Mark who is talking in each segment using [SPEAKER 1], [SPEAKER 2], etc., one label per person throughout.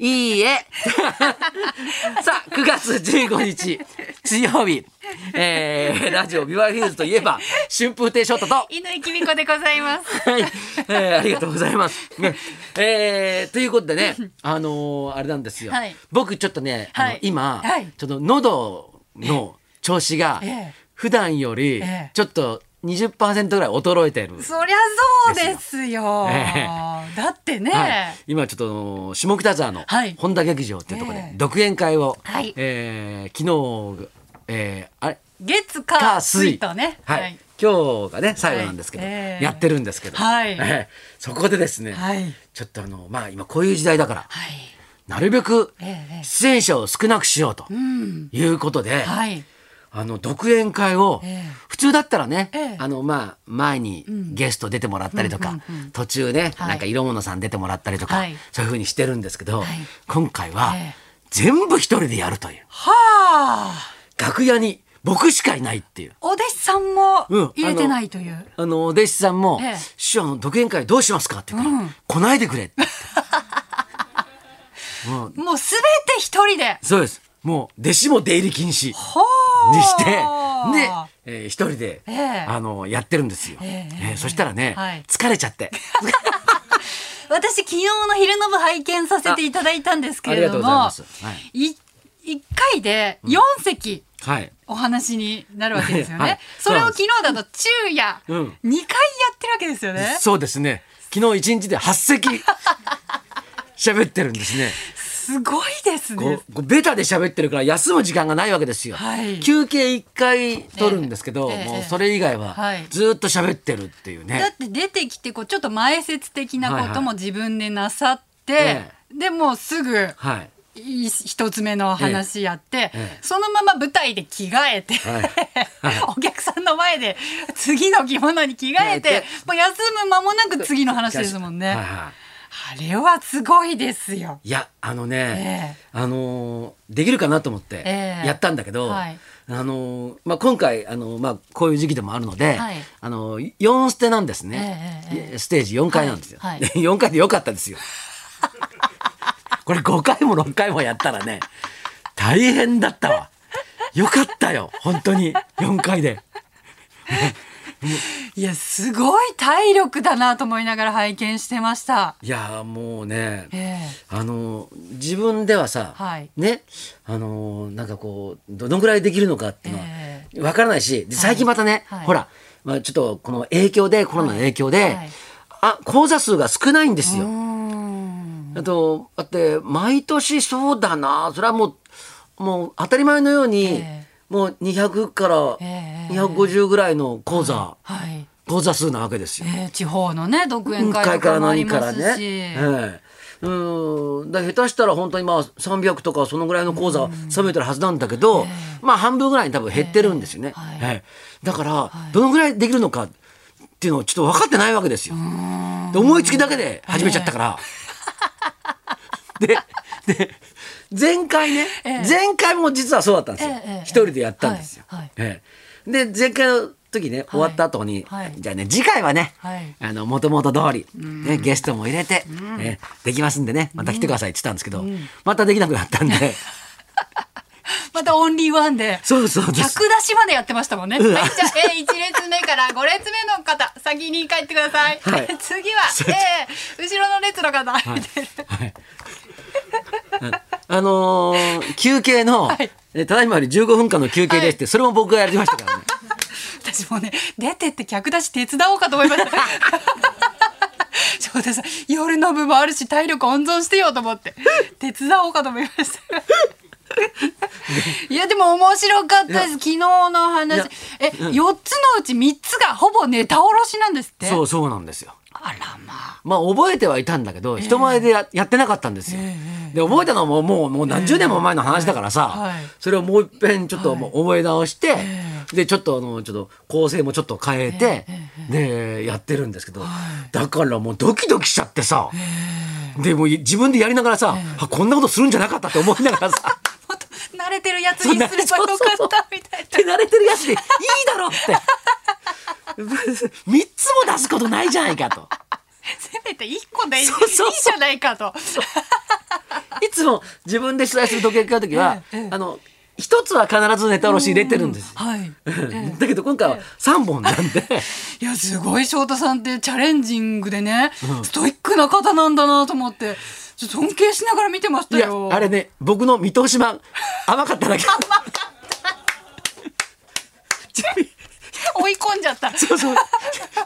[SPEAKER 1] いいえ。さあ、9月15日、水曜日、えー、ラジオビバリーヒルズといえば、春風亭昇太と、
[SPEAKER 2] 犬井君子でございます。
[SPEAKER 1] はい、えーありがとうございます。ねえーということでね、あのーあれなんですよ。
[SPEAKER 2] はい
[SPEAKER 1] 僕ちょっとね、あの
[SPEAKER 2] はい
[SPEAKER 1] 今、
[SPEAKER 2] はい
[SPEAKER 1] ちょっと喉の調子が
[SPEAKER 2] ええ
[SPEAKER 1] 普段より
[SPEAKER 2] ええ
[SPEAKER 1] ちょっと20%ぐらい衰えて る。
[SPEAKER 2] そりゃそうですよ。
[SPEAKER 1] え
[SPEAKER 2] だってね、
[SPEAKER 1] はい、今ちょっとあのー下北沢の
[SPEAKER 2] はい
[SPEAKER 1] 本田劇場っていうところ
[SPEAKER 2] え
[SPEAKER 1] で
[SPEAKER 2] え
[SPEAKER 1] 独演会を、
[SPEAKER 2] はい
[SPEAKER 1] えー昨日、えーあれ
[SPEAKER 2] 月火
[SPEAKER 1] 火水
[SPEAKER 2] 水とね、
[SPEAKER 1] はい今日がね最後なんですけど、
[SPEAKER 2] はいええ
[SPEAKER 1] やってるんですけど、
[SPEAKER 2] はい
[SPEAKER 1] ええそこでですね、
[SPEAKER 2] はいはい
[SPEAKER 1] ちょっとあのまあ今こういう時代だから
[SPEAKER 2] はい
[SPEAKER 1] なるべく
[SPEAKER 2] ええええ
[SPEAKER 1] 出演者を少なくしようと
[SPEAKER 2] うん
[SPEAKER 1] いうことで、
[SPEAKER 2] はい
[SPEAKER 1] あの独演会を
[SPEAKER 2] ええ
[SPEAKER 1] 普通だったらね、
[SPEAKER 2] ええ
[SPEAKER 1] あのまあ前にゲスト出てもらったりとか、途中ね、
[SPEAKER 2] はい
[SPEAKER 1] なんか色物さん出てもらったりとか、
[SPEAKER 2] はい
[SPEAKER 1] そういう風にしてるんですけど、
[SPEAKER 2] い
[SPEAKER 1] 今回は
[SPEAKER 2] ええ
[SPEAKER 1] 全部一人でやるという
[SPEAKER 2] はあ
[SPEAKER 1] 楽屋に僕しかいないっていう。
[SPEAKER 2] お弟子さんも
[SPEAKER 1] うん
[SPEAKER 2] 入れてないという、
[SPEAKER 1] あのお弟子さんも
[SPEAKER 2] ええ
[SPEAKER 1] 「師匠あの独演会どうしますか?」って言うから「来ないでくれ」って もう
[SPEAKER 2] もうすべて一人で
[SPEAKER 1] そうですもう弟子も出入り禁止に
[SPEAKER 2] ほう
[SPEAKER 1] してで、えー一人で、
[SPEAKER 2] ええ
[SPEAKER 1] あのやってるんですよ、
[SPEAKER 2] ええええ
[SPEAKER 1] えーそしたらね、
[SPEAKER 2] はい
[SPEAKER 1] 疲れち ゃって
[SPEAKER 2] 私昨日の昼の部拝見させていただいたんですけれども
[SPEAKER 1] あありがとうございますはい
[SPEAKER 2] 一回で四席、
[SPEAKER 1] はい
[SPEAKER 2] お話になるわけですよね。
[SPEAKER 1] はい
[SPEAKER 2] それを昨日だと昼夜
[SPEAKER 1] う
[SPEAKER 2] 2
[SPEAKER 1] ん
[SPEAKER 2] 回やってるわけですよね。
[SPEAKER 1] そうですね昨日一日で8席 喋ってるんですね
[SPEAKER 2] すごいです
[SPEAKER 1] こ
[SPEAKER 2] ね。
[SPEAKER 1] うこうベタで喋ってるから休む時間がないわけですよ、
[SPEAKER 2] はい
[SPEAKER 1] 休憩1回取るんですけど、
[SPEAKER 2] ええええ
[SPEAKER 1] もうそれ以外は
[SPEAKER 2] はい
[SPEAKER 1] ずっと喋ってるっていうね、
[SPEAKER 2] だって出てきてこうちょっと前説的なことも自分でなさって、
[SPEAKER 1] え
[SPEAKER 2] でもうすぐ
[SPEAKER 1] はい。
[SPEAKER 2] い一つ目の話やって、
[SPEAKER 1] ええ
[SPEAKER 2] そのまま舞台で着替えて、
[SPEAKER 1] はい
[SPEAKER 2] お客さんの前で次の着物に着替え
[SPEAKER 1] 着替え
[SPEAKER 2] て
[SPEAKER 1] て
[SPEAKER 2] もう休む間もなく次の話ですもん
[SPEAKER 1] はい
[SPEAKER 2] ね。
[SPEAKER 1] は
[SPEAKER 2] あれはすごいですよ。
[SPEAKER 1] い。いや、あのね、
[SPEAKER 2] え
[SPEAKER 1] あのーできるかなと思って
[SPEAKER 2] ええ
[SPEAKER 1] やったんだけど、
[SPEAKER 2] はい
[SPEAKER 1] あのーまあ今回あのーまあこういう時期でもあるので、
[SPEAKER 2] はい
[SPEAKER 1] あのー四ステなんですね。
[SPEAKER 2] えええ
[SPEAKER 1] ステージ四回なん ですよ。
[SPEAKER 2] はい
[SPEAKER 1] で
[SPEAKER 2] は
[SPEAKER 1] 四、回で良かった ですよ。これ五回も六回もやったらね、大変だったわ。よかったよ、本当に四回で。
[SPEAKER 2] いや、すごい体力だなと思いながら拝見してました。
[SPEAKER 1] いやーもうね、
[SPEAKER 2] え
[SPEAKER 1] あの自分ではさ、
[SPEAKER 2] はい
[SPEAKER 1] ねあのなんかこうどのぐらいできるのかっていうのは
[SPEAKER 2] え
[SPEAKER 1] わからないし、で最近またね、
[SPEAKER 2] はい
[SPEAKER 1] ほら、まあ、ちょっとこの影響でコロナの影響で、
[SPEAKER 2] はいはい
[SPEAKER 1] あ講座数が少ないんです
[SPEAKER 2] えうー
[SPEAKER 1] よ。
[SPEAKER 2] ん。
[SPEAKER 1] あとだって毎年そうだなそれはもうもう当たり前のように、
[SPEAKER 2] ええ
[SPEAKER 1] もう200から
[SPEAKER 2] ええ
[SPEAKER 1] 250ぐらいの講座、
[SPEAKER 2] はい。
[SPEAKER 1] 講座数なわけですよ。
[SPEAKER 2] ええ地方のね、独演
[SPEAKER 1] 今
[SPEAKER 2] 会
[SPEAKER 1] 回
[SPEAKER 2] と
[SPEAKER 1] から
[SPEAKER 2] かもあり
[SPEAKER 1] 何か
[SPEAKER 2] ま
[SPEAKER 1] ら
[SPEAKER 2] すし。
[SPEAKER 1] ね。ええうんだから下手したら本当にまあ300とかそのぐらいの講座は冷めてるはずなんだけど、まあ半分ぐらいに多分減ってるんですよね。
[SPEAKER 2] ええはい
[SPEAKER 1] ええだからどのぐらいできるのかっていうのをちょっと分かってないわけですよ。で思いつきだけで始めちゃったから。でで前回ね、前回も実はそうだったんですよ
[SPEAKER 2] ええええええ。
[SPEAKER 1] 一人でやったんですよ。
[SPEAKER 2] はいはい
[SPEAKER 1] ええで前回の時ね終わった後に、
[SPEAKER 2] はい
[SPEAKER 1] じゃあね次回はね、
[SPEAKER 2] はい
[SPEAKER 1] あの、もともと通り、ね、ゲストも入れて、ね、できますんでね、また来てくださいって言ってたんですけど、またできなくなったんで、
[SPEAKER 2] またオンリーワンで。
[SPEAKER 1] そうそうです。
[SPEAKER 2] 客出しまでやってましたもんね。はい、
[SPEAKER 1] ん
[SPEAKER 2] じゃあ、え1列目から5列目の方、先に帰ってください。
[SPEAKER 1] はい
[SPEAKER 2] 次は、ええ後ろの列の方、
[SPEAKER 1] あのー休憩の、
[SPEAKER 2] い
[SPEAKER 1] えただいまより15分間の休憩ですって、それも僕がやりましたからね。
[SPEAKER 2] 私もね出てって客出し手伝おうかと思いま した翔太さん夜の部もあるし体力温存してよと思って手伝おうかと思いましたいやでも面白かったです昨日の
[SPEAKER 1] い
[SPEAKER 2] 話
[SPEAKER 1] や
[SPEAKER 2] え、四4つのうち3つがほぼネタおろしなんですって
[SPEAKER 1] そうそうなんですよ。
[SPEAKER 2] あらまあ
[SPEAKER 1] まあ覚えてはいたんだけど、人前でや,、やってなかったんですよ。で覚えたのももうもう何十年も前の話だからさ、
[SPEAKER 2] ええはい
[SPEAKER 1] それをもう一遍ちょっともう覚え直して、でちょっとあのちょっと構成もちょっと変えて、でやってるんですけど、だからもうドキドキしちゃってさ、でもう自分でやりながらさ、あこんなことするんじゃなかったって思いながらさ っ
[SPEAKER 2] もっと慣れてるやつにすればよかったみたい
[SPEAKER 1] て慣れてるやつでいいだろうって3つも出すことないじゃないかと。
[SPEAKER 2] なせめて1個でいい
[SPEAKER 1] そうそうそう
[SPEAKER 2] いいじゃないかと
[SPEAKER 1] いつも自分で取材する時計買う時 は、
[SPEAKER 2] ええええ
[SPEAKER 1] あの一つは必ずネタ卸し入れてるんです。
[SPEAKER 2] はい。
[SPEAKER 1] だけど今回は3本なんで、
[SPEAKER 2] いやすごい翔太さんってチャレンジングでね、ストイックな方なんだなと思ってちょっと尊敬しながら見てました
[SPEAKER 1] いや
[SPEAKER 2] よ。
[SPEAKER 1] あれね僕の見通し版甘かった だけ
[SPEAKER 2] 追い込んじゃった。
[SPEAKER 1] そうそう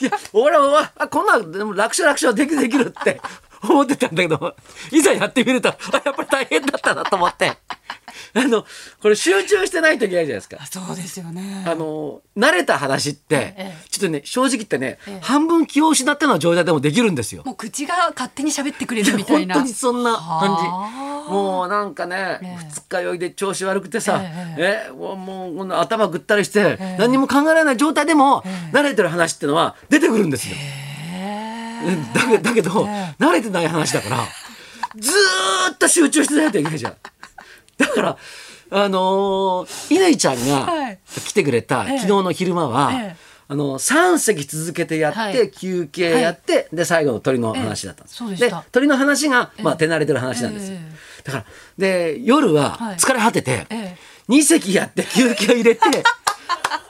[SPEAKER 1] いや俺はあこんなんでも楽勝楽勝できるできるって思ってたんだけどいざやってみるとあやっぱり大変だったなと思ってあのこれ集中してないといけないじゃないですか
[SPEAKER 2] あ。そうですよね。
[SPEAKER 1] あの慣れた話って、
[SPEAKER 2] ええ
[SPEAKER 1] ちょっとね正直言ってね、
[SPEAKER 2] ええ
[SPEAKER 1] 半分気を失ったような状態でもできるんですよ。
[SPEAKER 2] もう口が勝手に喋ってくれるみたいな。
[SPEAKER 1] 本当にそんな
[SPEAKER 2] は
[SPEAKER 1] 感
[SPEAKER 2] あ
[SPEAKER 1] じもうなんかね、
[SPEAKER 2] ええ
[SPEAKER 1] 二日酔いで調子悪くてさ、
[SPEAKER 2] え
[SPEAKER 1] えもうもうこの頭ぐったりして、
[SPEAKER 2] え
[SPEAKER 1] 何にも考えられない状態でも、慣れてる話ってのは出てくるんですよ、
[SPEAKER 2] へ
[SPEAKER 1] う
[SPEAKER 2] え
[SPEAKER 1] んだけだけど、
[SPEAKER 2] え
[SPEAKER 1] 慣れてない話だからずーっと集中してないといけないじゃん。だからあのー、稲井ちゃん
[SPEAKER 2] は
[SPEAKER 1] が
[SPEAKER 2] い
[SPEAKER 1] 来てくれた、
[SPEAKER 2] ええ
[SPEAKER 1] 昨日の昼間は、
[SPEAKER 2] ええ
[SPEAKER 1] あの3席続けてやって、
[SPEAKER 2] はい
[SPEAKER 1] 休憩やって、で最後の鳥の話だったんです、
[SPEAKER 2] ええそうでした
[SPEAKER 1] 鳥の話が、まあ、手慣れてる話なんですよ、
[SPEAKER 2] え
[SPEAKER 1] だからで夜は
[SPEAKER 2] はい
[SPEAKER 1] 疲れ果てて、
[SPEAKER 2] ええ
[SPEAKER 1] 二2席やって休憩を入 れて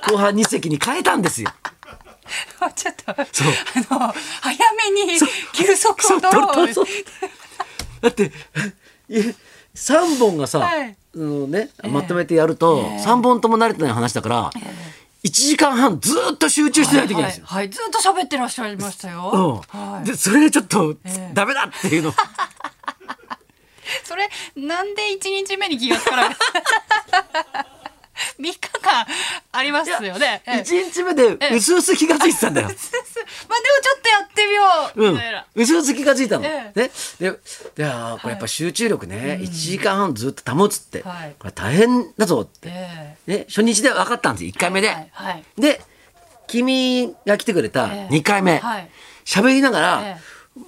[SPEAKER 1] 後半2席に変えたんですよ。
[SPEAKER 2] ちょっとあ
[SPEAKER 1] そう
[SPEAKER 2] の早めに休息を取ろう。
[SPEAKER 1] そうだって3本がさ、
[SPEAKER 2] はい
[SPEAKER 1] あのね、まとめてやると3本とも慣れてない話だから、1時間半ずっと集中してないといけないんですよ。
[SPEAKER 2] はい、はいずっと喋ってらっしゃいましたよ。
[SPEAKER 1] うん
[SPEAKER 2] はい。
[SPEAKER 1] でそれがちょっと、
[SPEAKER 2] ええ
[SPEAKER 1] ダメだっていうの
[SPEAKER 2] それなんで一日目に気がつかない 三日間ありますよね。ええ
[SPEAKER 1] 1日目で
[SPEAKER 2] ええ
[SPEAKER 1] うすうす気が付いてたんだよ。
[SPEAKER 2] すす まあでもちょっとやってみよ
[SPEAKER 1] う
[SPEAKER 2] うみ
[SPEAKER 1] ん
[SPEAKER 2] たいな。、
[SPEAKER 1] うすうす気が付いたの。
[SPEAKER 2] え
[SPEAKER 1] ね、で、で、あーこれやっぱ集中力ね、1時間半ずっと保つって、
[SPEAKER 2] はい
[SPEAKER 1] これ大変だぞって、
[SPEAKER 2] え
[SPEAKER 1] ね、初日で分かったんですよ、1回目で。
[SPEAKER 2] はいはい
[SPEAKER 1] で君が来てくれた
[SPEAKER 2] ええ
[SPEAKER 1] 2回目喋、
[SPEAKER 2] はい
[SPEAKER 1] りながら、
[SPEAKER 2] え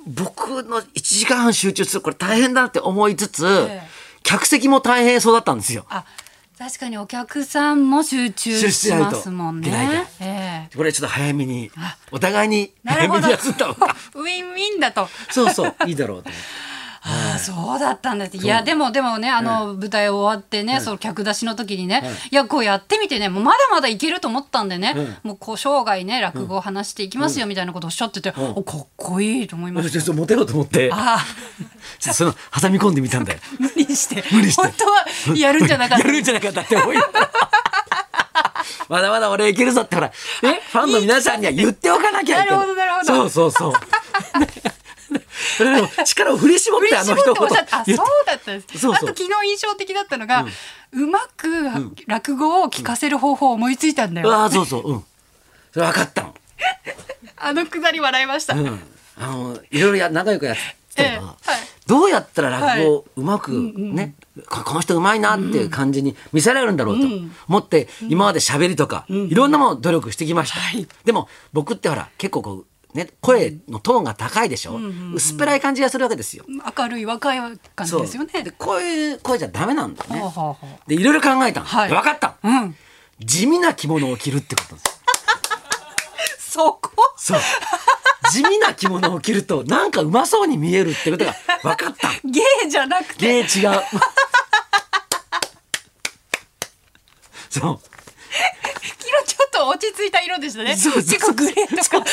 [SPEAKER 1] 僕の1時間半集中するこれ大変だなって思いつつ、
[SPEAKER 2] え
[SPEAKER 1] 客席も大変そうだったんですよ。
[SPEAKER 2] あ確かにお客さんも集中しますもん
[SPEAKER 1] 集中しない
[SPEAKER 2] ね
[SPEAKER 1] と。
[SPEAKER 2] ええ
[SPEAKER 1] これちょっと早めに
[SPEAKER 2] あ
[SPEAKER 1] お互いに
[SPEAKER 2] な
[SPEAKER 1] 早
[SPEAKER 2] る
[SPEAKER 1] め
[SPEAKER 2] ほど。
[SPEAKER 1] に休んだ方が
[SPEAKER 2] ウィンウィンだと。
[SPEAKER 1] そうそういいだろうと思って
[SPEAKER 2] ああそうだったんです。いやでもでもねあの舞台終わってね、その客出しの時にね、い、やこうやってみてねもうまだまだいけると思ったんでね、もうこう生涯ね落語を話していきますよみたいなことをおっしゃってて、おかっこいいと思いまし
[SPEAKER 1] ちょっとモテようと思って
[SPEAKER 2] た。ああ
[SPEAKER 1] ちょっとその挟み込んでみたんだよ。
[SPEAKER 2] 無理して
[SPEAKER 1] 無理して
[SPEAKER 2] 本当はやるんじゃなかった
[SPEAKER 1] や。るんじゃなかったって思い ながらまだまだ俺いけるぞってほら、ね、ファンの皆さんには言っておかなきゃいけない。
[SPEAKER 2] なるほどなるほど
[SPEAKER 1] そうそうそう。 ねでも力を振り絞ってあの一
[SPEAKER 2] 絞っておっしゃってあそう
[SPEAKER 1] 言って
[SPEAKER 2] だったんです
[SPEAKER 1] そうそ
[SPEAKER 2] あと
[SPEAKER 1] う
[SPEAKER 2] 昨日印象的だったのが、うまく落語を聞かせる方法を思いついたんだよ、
[SPEAKER 1] ああそうそううん。それ分かったの。
[SPEAKER 2] あのくだり笑いました、
[SPEAKER 1] うん。あのいろいろや仲良くやってたのは、
[SPEAKER 2] ええはい
[SPEAKER 1] どうやったら落語をうまくね、ここの人うまいなっていう感じに見せられるんだろうと思って、今まで喋りとか、いろんなものを努力してきました、
[SPEAKER 2] はい
[SPEAKER 1] でも僕ってほら結構こう、ね、声のトーンが高いでしょ、薄っぺらい感じがするわけですよ。
[SPEAKER 2] 明るい若い感じですよね
[SPEAKER 1] でこういう声じゃダメなんだよ
[SPEAKER 2] ほう
[SPEAKER 1] ね。
[SPEAKER 2] ほうほう
[SPEAKER 1] でいろいろ考えたの、
[SPEAKER 2] はい
[SPEAKER 1] で分かったの、
[SPEAKER 2] うん
[SPEAKER 1] 地味な着物を着るってことです。
[SPEAKER 2] そこ
[SPEAKER 1] そう。地味な着物を着ると、なんかうまそうに見えるってことが分かった。
[SPEAKER 2] ゲーじゃなくて
[SPEAKER 1] 芸違う。そう。
[SPEAKER 2] 黄色ちょっと落ち着いた色でしたね
[SPEAKER 1] そうそう
[SPEAKER 2] 結構グレーとか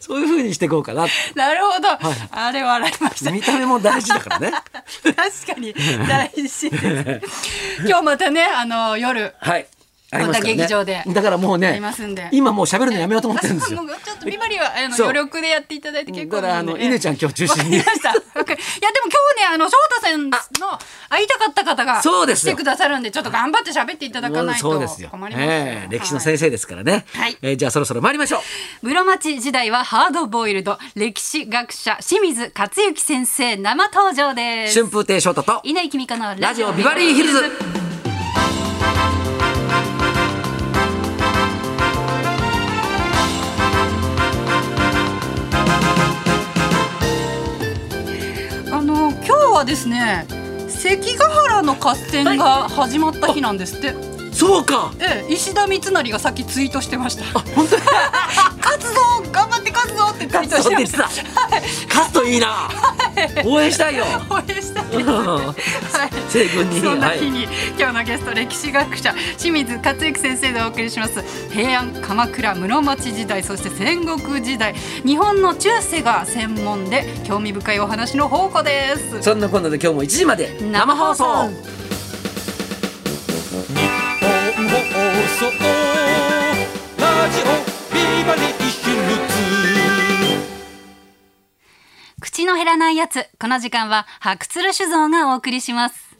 [SPEAKER 1] そういう風にしていこうかなって。
[SPEAKER 2] なるほど、あれ笑いました
[SPEAKER 1] 見た目も大事だからね。
[SPEAKER 2] 確かに大事です 今日またねあの夜
[SPEAKER 1] はい。ありますからね
[SPEAKER 2] また劇場で
[SPEAKER 1] だからもう
[SPEAKER 2] り
[SPEAKER 1] ね
[SPEAKER 2] ますんで、
[SPEAKER 1] 今もう喋るのやめようと思ってるんです
[SPEAKER 2] あ
[SPEAKER 1] よ
[SPEAKER 2] もう。ちょっとビバリーはあの
[SPEAKER 1] そう
[SPEAKER 2] 余力でやっていただいて結構
[SPEAKER 1] だからあの
[SPEAKER 2] なで
[SPEAKER 1] 稲ちゃん今日中心に
[SPEAKER 2] わかりました。わかりいやでも今日ねあの翔太さんの会いたかった方が
[SPEAKER 1] そうです
[SPEAKER 2] 来
[SPEAKER 1] よ
[SPEAKER 2] てくださるんでちょっと頑張って喋っていただかないと
[SPEAKER 1] そう
[SPEAKER 2] 困り
[SPEAKER 1] で
[SPEAKER 2] ます
[SPEAKER 1] す
[SPEAKER 2] よ
[SPEAKER 1] よ。。ええ歴史の先生ですからね。
[SPEAKER 2] はい
[SPEAKER 1] えーじゃあそろそろ参りましょう。
[SPEAKER 2] 室町時代はハードボイルド歴史学者清水克幸先生生登場です
[SPEAKER 1] 春風亭昇太と
[SPEAKER 2] 稲井君香の
[SPEAKER 1] ラジオビバリーヒルズ。
[SPEAKER 2] あの今日はですね関ヶ原の合戦が始まった日なんですって、
[SPEAKER 1] そうか。
[SPEAKER 2] ええ、石田三成がさっきツイートしてました
[SPEAKER 1] 本当だ。
[SPEAKER 2] 勝つぞ頑張って勝つぞってツイートしてました
[SPEAKER 1] 勝つぞって言って
[SPEAKER 2] はい
[SPEAKER 1] 勝つといいな。応援したいよ。
[SPEAKER 2] 応援したいです
[SPEAKER 1] う
[SPEAKER 2] ね。
[SPEAKER 1] ん
[SPEAKER 2] はい。
[SPEAKER 1] 西軍に
[SPEAKER 2] そんな
[SPEAKER 1] はい
[SPEAKER 2] 日に、今日のゲスト歴史学者清水克之先生でお送りします平安鎌倉室町時代そして戦国時代日本の中世が専門で興味深いお話の宝庫です
[SPEAKER 1] そんなこんなで今日も1時まで生放送。
[SPEAKER 2] 生放送
[SPEAKER 3] 日本放送ラジオビバリーヒルズ
[SPEAKER 2] 口の減らないやつこの時間は白鶴酒造がお送りします